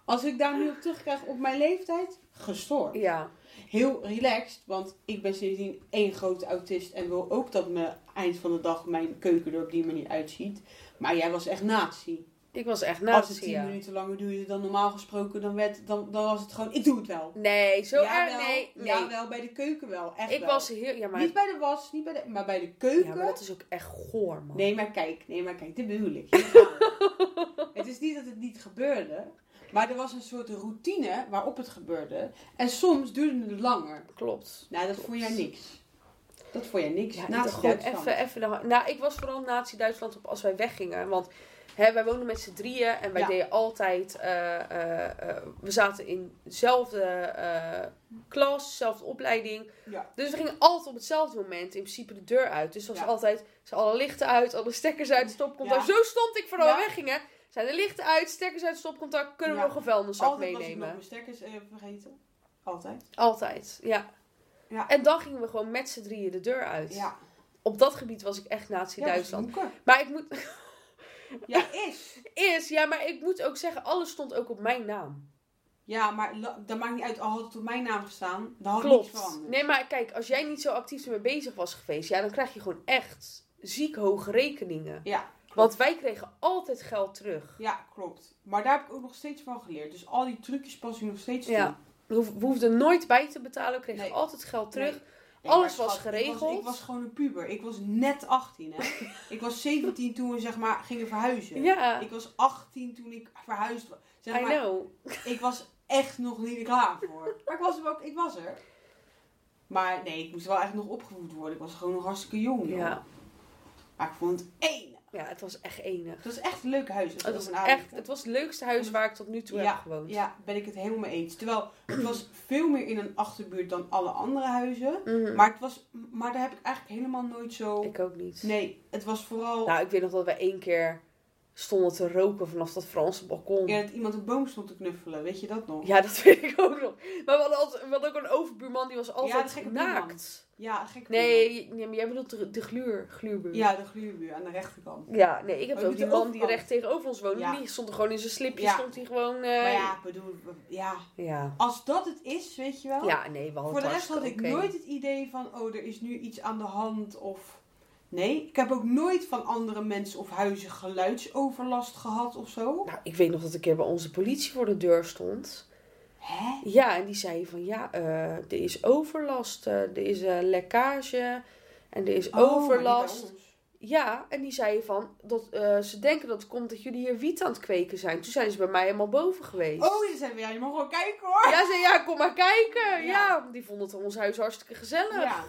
Als ik daar nu op terugkrijg op mijn leeftijd, gestoord. Ja, heel relaxed, want ik ben sindsdien één grote autist en wil ook dat mijn eind van de dag mijn keuken er op die manier uitziet. Maar jij was echt nazi. ik was echt Als het Nazi. tien Ja. minuten langer duurde dan normaal gesproken, dan, werd, dan, dan was het gewoon, ik doe het wel. Nee, zo erg. wel, Nee, nee. Ja, wel, bij de keuken wel. Echt ik wel. was heel. Ja, maar, Niet bij de was, niet bij de, maar bij de keuken. ja, maar dat is ook echt goor, man. Nee, maar kijk, nee, maar kijk, dit bedoel [laughs] ik. Dit verhaal. het is niet dat het niet gebeurde, maar er was een soort routine waarop het gebeurde. En soms duurde het langer. Klopt. Nou, dat vond jij niks. Dat vond jij niks. Ja, Naast ik dacht gewoon Duitsland. even, even de- Nou, ik was vooral Nazi-Duitsland op als wij weggingen. Want hè, wij woonden met z'n drieën en wij Ja. deden altijd. eh, eh, eh, we zaten in dezelfde eh, klas, dezelfde opleiding. Ja. Dus we gingen altijd op hetzelfde moment in principe de deur uit. Dus het was Ja. altijd ze alle lichten uit, alle stekkers uit, stopcontact. Ja. Zo stond ik vooral Ja. weggingen. Zijn de lichten uit, stekkers uit, stopcontact. Kunnen we Ja. nog een vuilniszak Altijd was ik nog meenemen? mijn stekkers eh, vergeten. Altijd. Altijd, ja. Ja. En dan gingen we gewoon met z'n drieën de deur uit. Ja. Op dat gebied was ik echt Ja, was Nazi-Duitsland. [laughs] donker. Maar ik moet, Ja, is. is, ja, maar ik moet ook zeggen, alles stond ook op mijn naam. Ja, maar la- dat maakt niet uit. Al had het op mijn naam gestaan, dan had het niks Klopt. Oh, veranderd. Nee, maar kijk, als jij niet zo actief ermee bezig was geweest, ja, dan krijg je gewoon echt ziek hoge rekeningen. Ja, Want wij kregen altijd geld terug. ja, klopt. Maar daar heb ik ook nog steeds van geleerd. Dus al die trucjes pas ik nog steeds toe. Ja. We hoef- we hoefden nooit bij te betalen, we kregen Nee. altijd geld terug. Nee. Alles maar was schat, Ik was, geregeld. ik was gewoon een puber. Ik was net 18, hè. [laughs] ik was 17 toen we, zeg maar, gingen verhuizen. Ja, Ik was 18 toen ik verhuisd was. Zeg I maar, know. Ik was echt nog niet klaar voor. Maar ik was er. Ook, ik was er. Maar nee, ik moest wel echt nog opgevoed worden. Ik was gewoon nog hartstikke jong. joh. Ja. Maar ik vond het één. ja, het was echt enig. Het was echt een leuk huis. als je Het was, erover nadenkt, echt, hè. het was het leukste huis waar ik tot nu toe heb gewoond. Ja, ben ik het helemaal mee eens. Terwijl het was veel meer in een achterbuurt dan alle andere huizen. Mhm. Maar, het was, maar daar heb ik eigenlijk helemaal nooit zo. Ik ook niet. Nee, het was vooral. Nou, ik weet nog dat we één keer stonden te roken vanaf dat Franse balkon. Ja, dat iemand een boom stond te knuffelen, weet je dat nog? Ja, dat [laughs] weet ik ook nog. Maar we hadden, altijd, we hadden ook een overbuurman die was Ja, altijd de gekke naakt. Ja, gek. Nee, nee, maar jij bedoelt de, de gluur, gluurbuur. Ja, de gluurbuur aan de rechterkant. Ja, nee, ik heb Oh, ook niet die de man die overkant. recht tegenover ons woonde. Ja. Die stond er gewoon in zijn slipje, Ja. stond hij gewoon... eh, Maar ja, ik bedoel, ja. ja. Als dat het is, weet je wel. Ja, nee, we hadden Oh. Voor de het rest had ik hartstikke Oh, oké. nooit het idee van, oh, er is nu iets aan de hand of... Nee, ik heb ook nooit van andere mensen of huizen geluidsoverlast gehad of zo. Nou, ik weet nog dat een keer bij onze politie voor de deur stond. Hè? Oh, Ja, en die zei van ja, eh, er is overlast, eh, er is eh, lekkage en er Oh, is overlast. Ja, en die zei van dat eh, ze denken dat het komt dat jullie hier wiet aan het kweken zijn. Toen zijn ze bij mij helemaal boven geweest. Oh, dan zijn we, ja, je mag wel kijken hoor. Ja, ze ja, kom maar kijken. Ja, Ja. die vonden het ons huis hartstikke gezellig. Ja.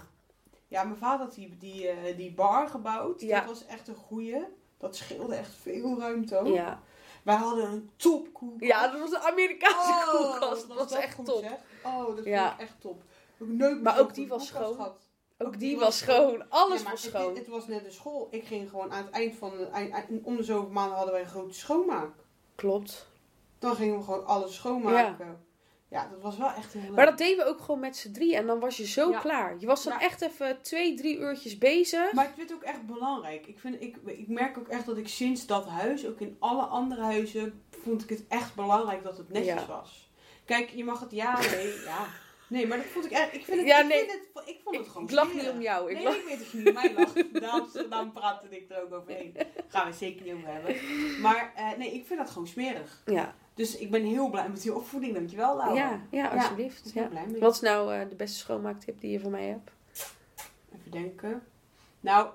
Ja, mijn vader had die, die, eh, die bar gebouwd. Ja. Dat was echt een goeie. Dat scheelde echt veel ruimte ook. ja. Wij hadden een topkoek. Ja, dat was een Amerikaanse Oh, koelkast. Dat was dat echt goed, top. zeg. Oh, dat Ja. vond ik echt top. Ook nooit meer Maar zo'n ook die goede was koelkast schoon. gehad. Ook die was schoon. Alles Ja, maar was het- schoon. Het, het was net een school. Ik ging gewoon aan het eind van de, eind- eind- om de zoveel maanden hadden wij een grote schoonmaak. Klopt. Dan gingen we gewoon alles schoonmaken. Ja, dat was wel echt heel leuk. Maar dat deden we ook gewoon met z'n drie. En dan was je zo Ja. klaar. Je was dan Ja. echt even twee, drie uurtjes bezig. Maar ik vind het ook echt belangrijk. Ik, vind, ik, ik merk ook echt dat ik sinds dat huis, ook in alle andere huizen, vond ik het echt belangrijk dat het netjes Ja. was. Kijk, je mag het ja, nee, ja. Nee, maar dat vond ik echt. Ik, vind het, Ja, ik, nee. vind het, ik vond Ik, het gewoon. ik lach smerig. niet om jou. Ik Nee, lach- ik weet het niet. Mij [laughs] lacht. Daarom, daarom praatte ik er ook overheen. Gaan we het zeker niet over hebben. Maar eh, nee, ik vind dat gewoon smerig. Ja. Dus ik ben heel blij met die opvoeding. Dankjewel, Laura. Ja, ja, Ik ben alsjeblieft. heel Ja. blij mee. Wat is nou eh, de beste schoonmaaktip die je voor mij hebt? Even denken. Nou,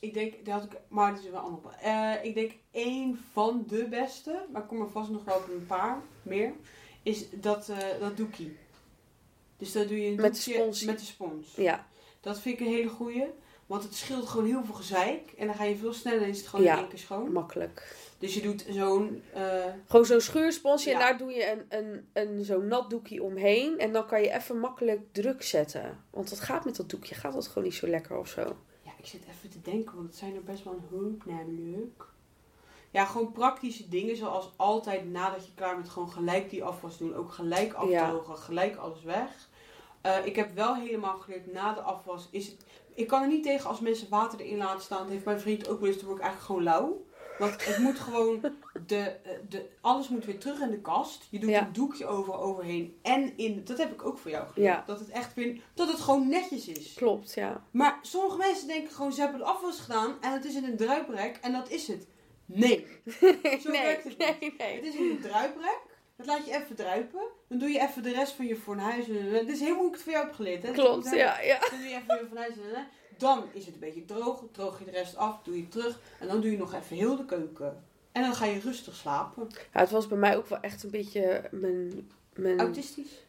ik denk, daar had ik, maar dat is wel allemaal. Eh ik denk één van de beste, maar ik kom er vast nog wel op een paar meer, is dat, eh, dat doekie. Dus dat doe je een Met de doekje spons. Met de spons. Ja, Dat vind ik een hele goeie, want het scheelt gewoon heel veel gezeik en dan ga je veel sneller en is het gewoon Ja. in één keer schoon. makkelijk. Dus je doet zo'n, eh, Gewoon zo'n schuursponsje en Ja. daar doe je een, een, een, zo'n nat doekje omheen. En dan kan je even makkelijk druk zetten. Want dat gaat met dat doekje, gaat dat gewoon niet zo lekker of zo. ja, ik zit even te denken, want het zijn er best wel een hoop namelijk. Ja, gewoon praktische dingen zoals altijd nadat je klaar bent, gewoon gelijk die afwas doen. Ook gelijk afdrogen, gelijk alles weg. Eh, ik heb wel helemaal geleerd, na de afwas is het... Ik kan er niet tegen als mensen water erin laten staan. Dat heeft mijn vriend ook wel eens, toen word ik eigenlijk gewoon lauw. Want het moet gewoon, de, eh, de, alles moet weer terug in de kast. Je doet Ja. een doekje over overheen en in, dat heb ik ook voor jou geleerd. Ja. Dat het echt weer, dat het gewoon netjes is. Klopt, ja. Maar sommige mensen denken gewoon, ze hebben de afwas gedaan en het is in een druiprek en dat is het. Nee. [laughs] Zo werkt het niet. nee, Het nee. is in een druiprek. Dat laat je even druipen. Dan doe je even de rest van je fornuis. Dit is helemaal hoe ik het voor jou heb geleerd. Hè? Klopt, ja, ja. Dan doe je even je fornuis. Dan is het een beetje droog. Droog je de rest af. Doe je het terug. En dan doe je nog even heel de keuken. En dan ga je rustig slapen. Ja, het was bij mij ook wel echt een beetje mijn, mijn Autistisch?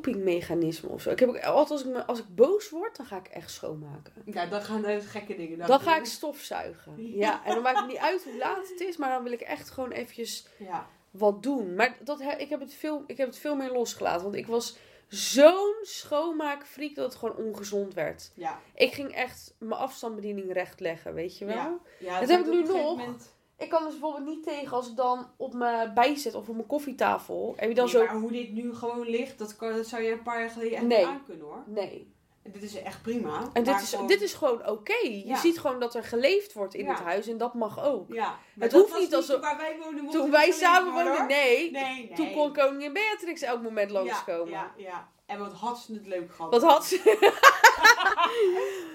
copingmechanisme of zo. Ik heb ook, altijd als ik, me, als ik boos word, dan ga ik echt schoonmaken. Ja, dan gaan er gekke dingen. Dan ga ik stofzuigen. [laughs] Ja. Ja, en dan maakt het niet uit hoe laat het is, maar dan wil ik echt gewoon eventjes Ja. wat doen. Maar dat, he- ik, heb het veel, ik heb het veel meer losgelaten, want ik was zo'n schoonmaakfreak dat het gewoon ongezond werd. Ja. Ik ging echt mijn afstandsbediening recht leggen, weet je wel? Ja. ja Dat heb ik op nu een gegeven nog. Ik kan dus bijvoorbeeld niet tegen als ik dan op mijn bijzet of op mijn koffietafel. Heb je dan Nee, zo... Maar hoe dit nu gewoon ligt, dat, kan, dat zou je een paar jaar geleden echt Nee. niet aankunnen hoor. Nee. En dit is echt prima. En dit maar is, gewoon- dit is gewoon oké. Je Ja. ziet gewoon dat er geleefd wordt in Ja. het huis en dat mag ook. Ja, maar Het dat hoeft was niet als toen we- Waar wij woonden, mocht Toen het wij niet samen worden, woonden, hoor. nee. Nee, nee. Toen kon koningin Beatrix elk moment langskomen. Ja, ja, ja. En wat had ze het leuk gehad. Wat had ze? Wat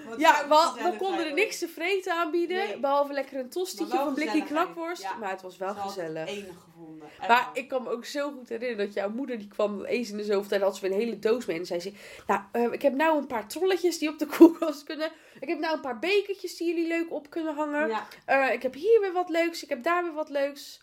zou Ja, het we, gezellig we konden er zijn, niks te vreten aanbieden. Nee. Behalve lekker een tostietje Maar of wel een blikje gezelligheid. knakworst. Ja. Maar het was hoor. wel Ze had gezellig. het enige gevonden. Echt Maar waar. ik kan me ook zo goed herinneren dat jouw moeder die kwam eens in de zoveel tijd had ze weer een hele doos mee. En zei ze, nou, eh, ik heb nou een paar trolletjes die op de [laughs] koelkast kunnen. Ik heb nou een paar bekertjes die jullie leuk op kunnen hangen. Ja, Eh, ik heb hier weer wat leuks, ik heb daar weer wat leuks.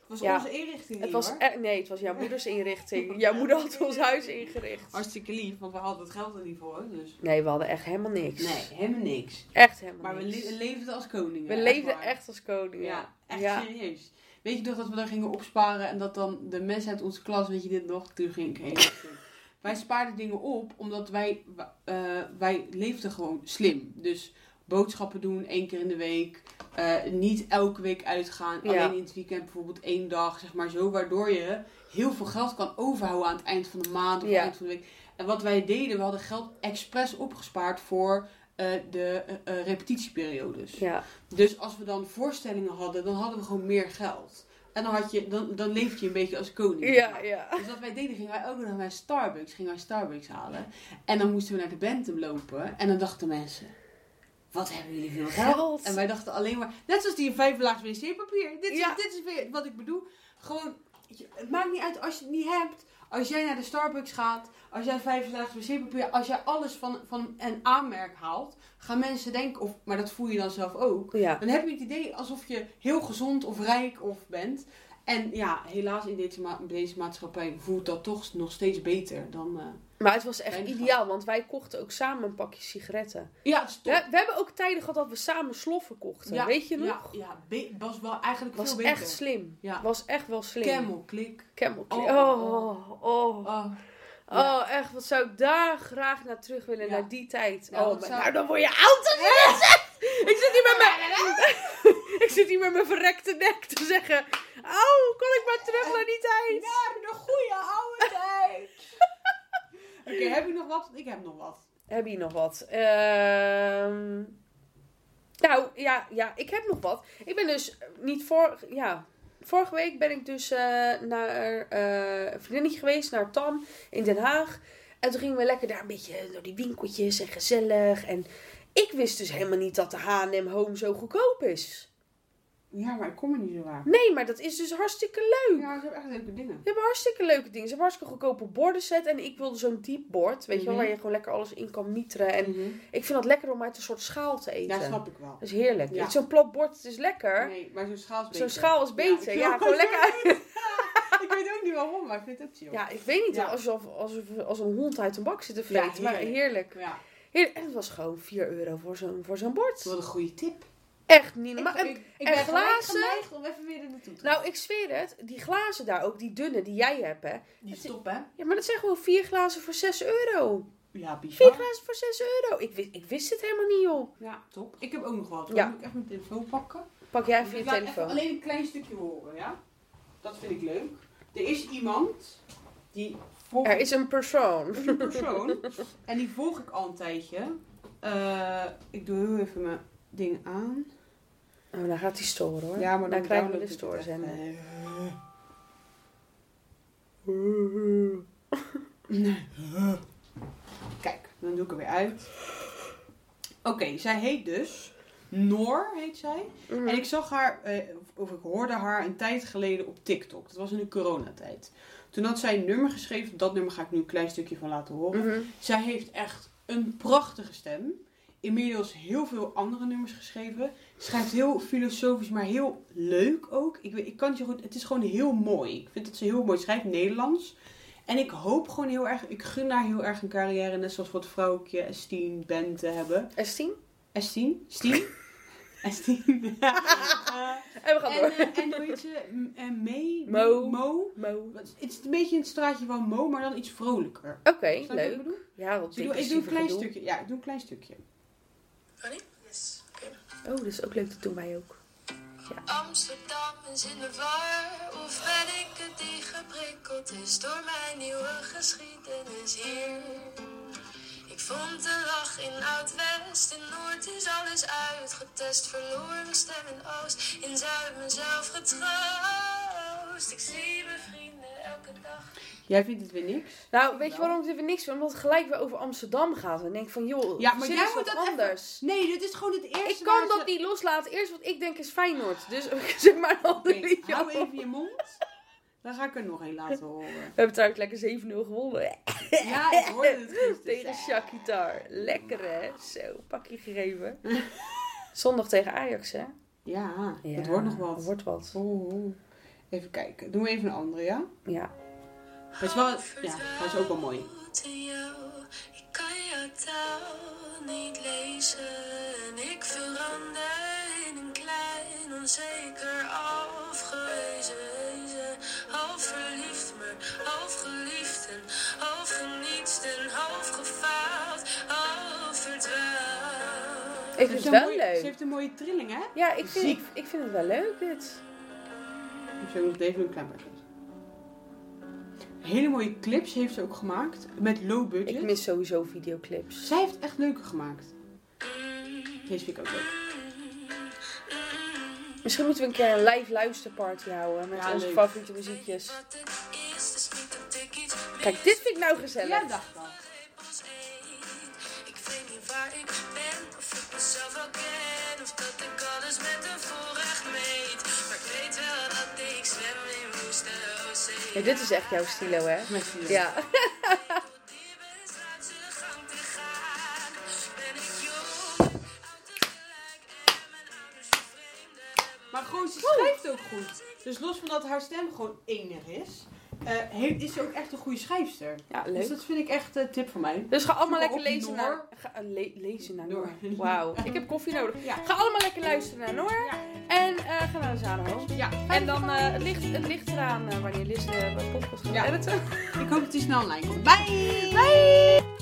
het was Ja. onze inrichting Het hier, was hoor. eh, nee, het was jouw moeders [laughs] inrichting. Jouw moeder had ons huis ingericht. Hartstikke lief, want we hadden het geld er niet voor. Dus. Nee, we hadden echt helemaal niks. Nee, helemaal niks. Echt helemaal Maar we niks. le- leefden als koningen. We echt leefden waar. echt als koningen. Ja, echt Ja. serieus. Weet je nog dat we daar gingen opsparen en dat dan de mensen uit onze klas, weet je dit nog, toen ging ik [laughs] helemaal stuk. Wij spaarden dingen op omdat wij, eh, wij leefden gewoon slim. Dus boodschappen doen één keer in de week. Eh, niet elke week uitgaan. Ja. Alleen in het weekend bijvoorbeeld één dag. Zeg maar zo. Waardoor je heel veel geld kan overhouden aan het eind van de maand of Ja. eind van de week. En wat wij deden, we hadden geld expres opgespaard voor eh, de eh, eh, repetitieperiodes. Ja. Dus als we dan voorstellingen hadden, dan hadden we gewoon meer geld. En dan, had je, dan, dan leef je een beetje als koning. Ja, ja. Dus wat wij deden, gingen wij ook nog naar Starbucks, gingen wij Starbucks halen. En dan moesten we naar de Bentham lopen. En dan dachten mensen, wat hebben jullie veel geld? Geld. En wij dachten alleen maar, net zoals die vijf laag wc-papier. Dit, is- Ja. dit is weer wat ik bedoel. Gewoon, je- het maakt niet uit als je het niet hebt. Als jij naar de Starbucks gaat, als jij vijf laag wc-papier, als jij alles van, van een aanmerk haalt, gaan mensen denken, of, maar dat voel je dan zelf ook, Ja. dan heb je het idee alsof je heel gezond of rijk of bent. En ja, helaas in deze, ma- deze maatschappij voelt dat toch nog steeds beter dan... eh, Maar het was echt Weinig ideaal, want wij kochten ook samen een pakje sigaretten. Ja, stop. We, we hebben ook tijden gehad dat we samen sloffen kochten. Ja, Weet je nog? Ja, ja be- was wel eigenlijk was veel beter. echt slim. Ja. Was echt wel slim. Camel, klik. Camel. Oh, Oh, oh, oh. Oh, Oh, echt. Wat zou ik daar graag naar terug willen, Ja. naar die tijd. Ja, oh, dat maar- zou- nou dan word je oud [laughs] als je dit zegt. Ik zit hier met mijn... ik zit hier met mijn verrekte nek te zeggen... Oh, kon ik maar terug naar die tijd. Naar de goede oude tijd. [laughs] Oké, heb je nog wat? Ik heb nog wat. Heb je nog wat? Ehm, Nou, ja, ja, ik heb nog wat. Ik ben dus niet voor... Ja, vorige week ben ik dus eh, naar eh, een vriendinnetje geweest, naar Tam in Den Haag. En toen gingen we lekker daar een beetje door die winkeltjes en gezellig. En ik wist dus helemaal niet dat de H&M Home zo goedkoop is. Ja, maar ik kom er niet zo waar. Nee, maar dat is dus hartstikke leuk. Ja, ze hebben echt leuke dingen. Ze hebben hartstikke leuke dingen. Ze hebben hartstikke goedkope borden set. En ik wilde zo'n diep bord, weet je wel, Mhm. waar je gewoon lekker alles in kan mieteren. En Mhm. ik vind dat lekker om uit een soort schaal te eten. Ja, snap ik wel. Dat is heerlijk. Ja. Zo'n plat bord het is lekker. Nee, maar zo'n schaal is beter. zo'n schaal is beter. ik- Ja, gewoon lekker uit. Ik weet ook niet waarom, maar ik vind het ook chill. Ja, ik weet niet. Ja. Alsof, alsof als een hond uit een bak zit te vreten. Ja, maar heerlijk. heerlijk. ja. Heerlijk. En het was gewoon 4 euro voor zo'n, voor zo'n bord. Wat een goede tip. Echt niet normaal. En- en gelijk glazen? geneigd om even weer er naartoe te Nou, ik zweer het. Die glazen daar ook, die dunne die jij hebt, hè. gaan. Die stop, hè? Ja, maar dat zijn gewoon vier glazen voor 6 euro. Ja, Vier bizar. glazen voor 6 euro. Ik wist, ik wist het helemaal niet, joh. Ja, top. Ik heb ook nog wat. Ja. Dan moet ik even mijn telefoon pakken. Pak jij Ik even je laat even telefoon. alleen een klein stukje horen, ja? Dat vind ik leuk. Er is iemand die volg Er is een persoon. een persoon en die volg ik al een tijdje. Eh, ik doe heel even mijn ding aan. Oh, nou gaat die storen, hoor. Ja, maar dan krijgen we download de ik het stoorzender. Mhm. even. Nee. Kijk, dan doe ik er weer uit. Oké, zij heet dus Noor, heet zij. Mhm. En ik zag haar, eh, of ik hoorde haar een tijd geleden op TikTok. Dat was in de coronatijd. Toen had zij een nummer geschreven. Dat nummer ga ik nu een klein stukje van laten horen. Mhm. Zij heeft echt een prachtige stem. Inmiddels heel veel andere nummers geschreven. Schrijft heel filosofisch, maar heel leuk ook. Ik, weet, ik kan het je goed. Het is gewoon heel mooi. Ik vind dat ze heel mooi schrijft, Nederlands. En ik hoop gewoon heel erg. Ik gun haar heel erg een carrière. Net zoals wat vrouwtje, Estien, Bente hebben. Estien? Estien? Estien? Estien. [laughs] Eh, En we gaan en, door. eh, en hoe heet ze? M- eh, [laughs] May? Mo. Mo? Mo. Het is een beetje in het straatje van Mo, maar dan iets vrolijker. Oké, Snap je wat ik leuk. bedoel? Ja, wat Dus ik doe, ik doe een depressieve klein gedoe. stukje. Ja, ik doe een klein stukje. Ready? Yes. Okay. Oh, dat is ook leuk, dat doen wij ook. Amsterdam is in de war. Of ben ik het die geprikkeld is door mijn nieuwe geschiedenis hier? Ik vond de lach in Oud-West. In Noord is alles uitgetest. Verloor mijn stem in Oost. In Zuid mezelf getroost. Ik zie mijn vrienden elke dag. Jij vindt het weer niks? Nou, weet je waarom ik er weer niks van? Omdat het gelijk weer over Amsterdam gaat. En denk ik van, joh, Ja, maar zin jij is moet wat dat even- anders. Nee, dit is gewoon het eerste. Ik kan dat niet loslaten. Eerst wat ik denk is Feyenoord. Dus zeg maar een ander liedje. hou op. even je mond. Dan ga ik er nog een laten horen. [laughs] We hebben trouwens lekker 7-0 gewonnen. Ja, ik hoorde het gisteren. Tegen Shakhtar. Lekker hè? Zo, pakje [laughs] gegeven. Zondag tegen Ajax hè? Ja, Ja, het wordt nog wat. Het wordt wat. Oh, oh. Even kijken. Doen we even een andere, ja? Ja. Dat is wel- ja, dat is ook wel mooi. Houd in jou. Ik kan jouw taal niet lezen. Ik verander in een klein, onzeker afgewezen. Half verliefd, maar half geliefd en half genietst en half gefaald, half verdwaald. Ik Ze vind heeft het een wel mooie- Ze leuk. heeft een mooie trilling, hè? Ja, ik vind, Ziek. ik, ik vind het wel leuk dit. Heeft ze ook nog David een klein beetje. Hele mooie clips heeft ze ook gemaakt. Met low budget. Ik mis sowieso videoclips. Zij heeft echt leuke gemaakt. Deze vind ik ook leuk. Misschien moeten we een keer een live luisterparty houden met Ja, onze leuk. favoriete muziekjes. Kijk, dit vind ik nou gezellig. Ja, dacht wel. Ik weet niet waar ik ben, of ik mezelf al ken, of dat ik alles met een voorrecht meet. Maar ik weet wel dat ik zwem in woeste oceaan. Ja, dit is echt jouw stilo, hè? Met die- Ja. Maar gewoon, ze schrijft ook goed. Dus los van dat haar stem gewoon enig is, eh, he- is ze ook echt een goede schrijfster. Ja, Dus leuk. dat vind ik echt een tip van mij. Dus ga allemaal Zoek lekker op lezen Noor. naar... Ga, eh, le- lezen naar Noor. Noor. [laughs] Wauw, ik heb koffie nodig. Ja. Ga allemaal lekker luisteren naar Noor. Ja. En eh, ga naar de Zanoho. Ja, En dan eh, het ligt, het ligt eraan eh, wanneer Liz de podcast gaat Ja. editen. ik hoop dat hij snel online komt. Bye!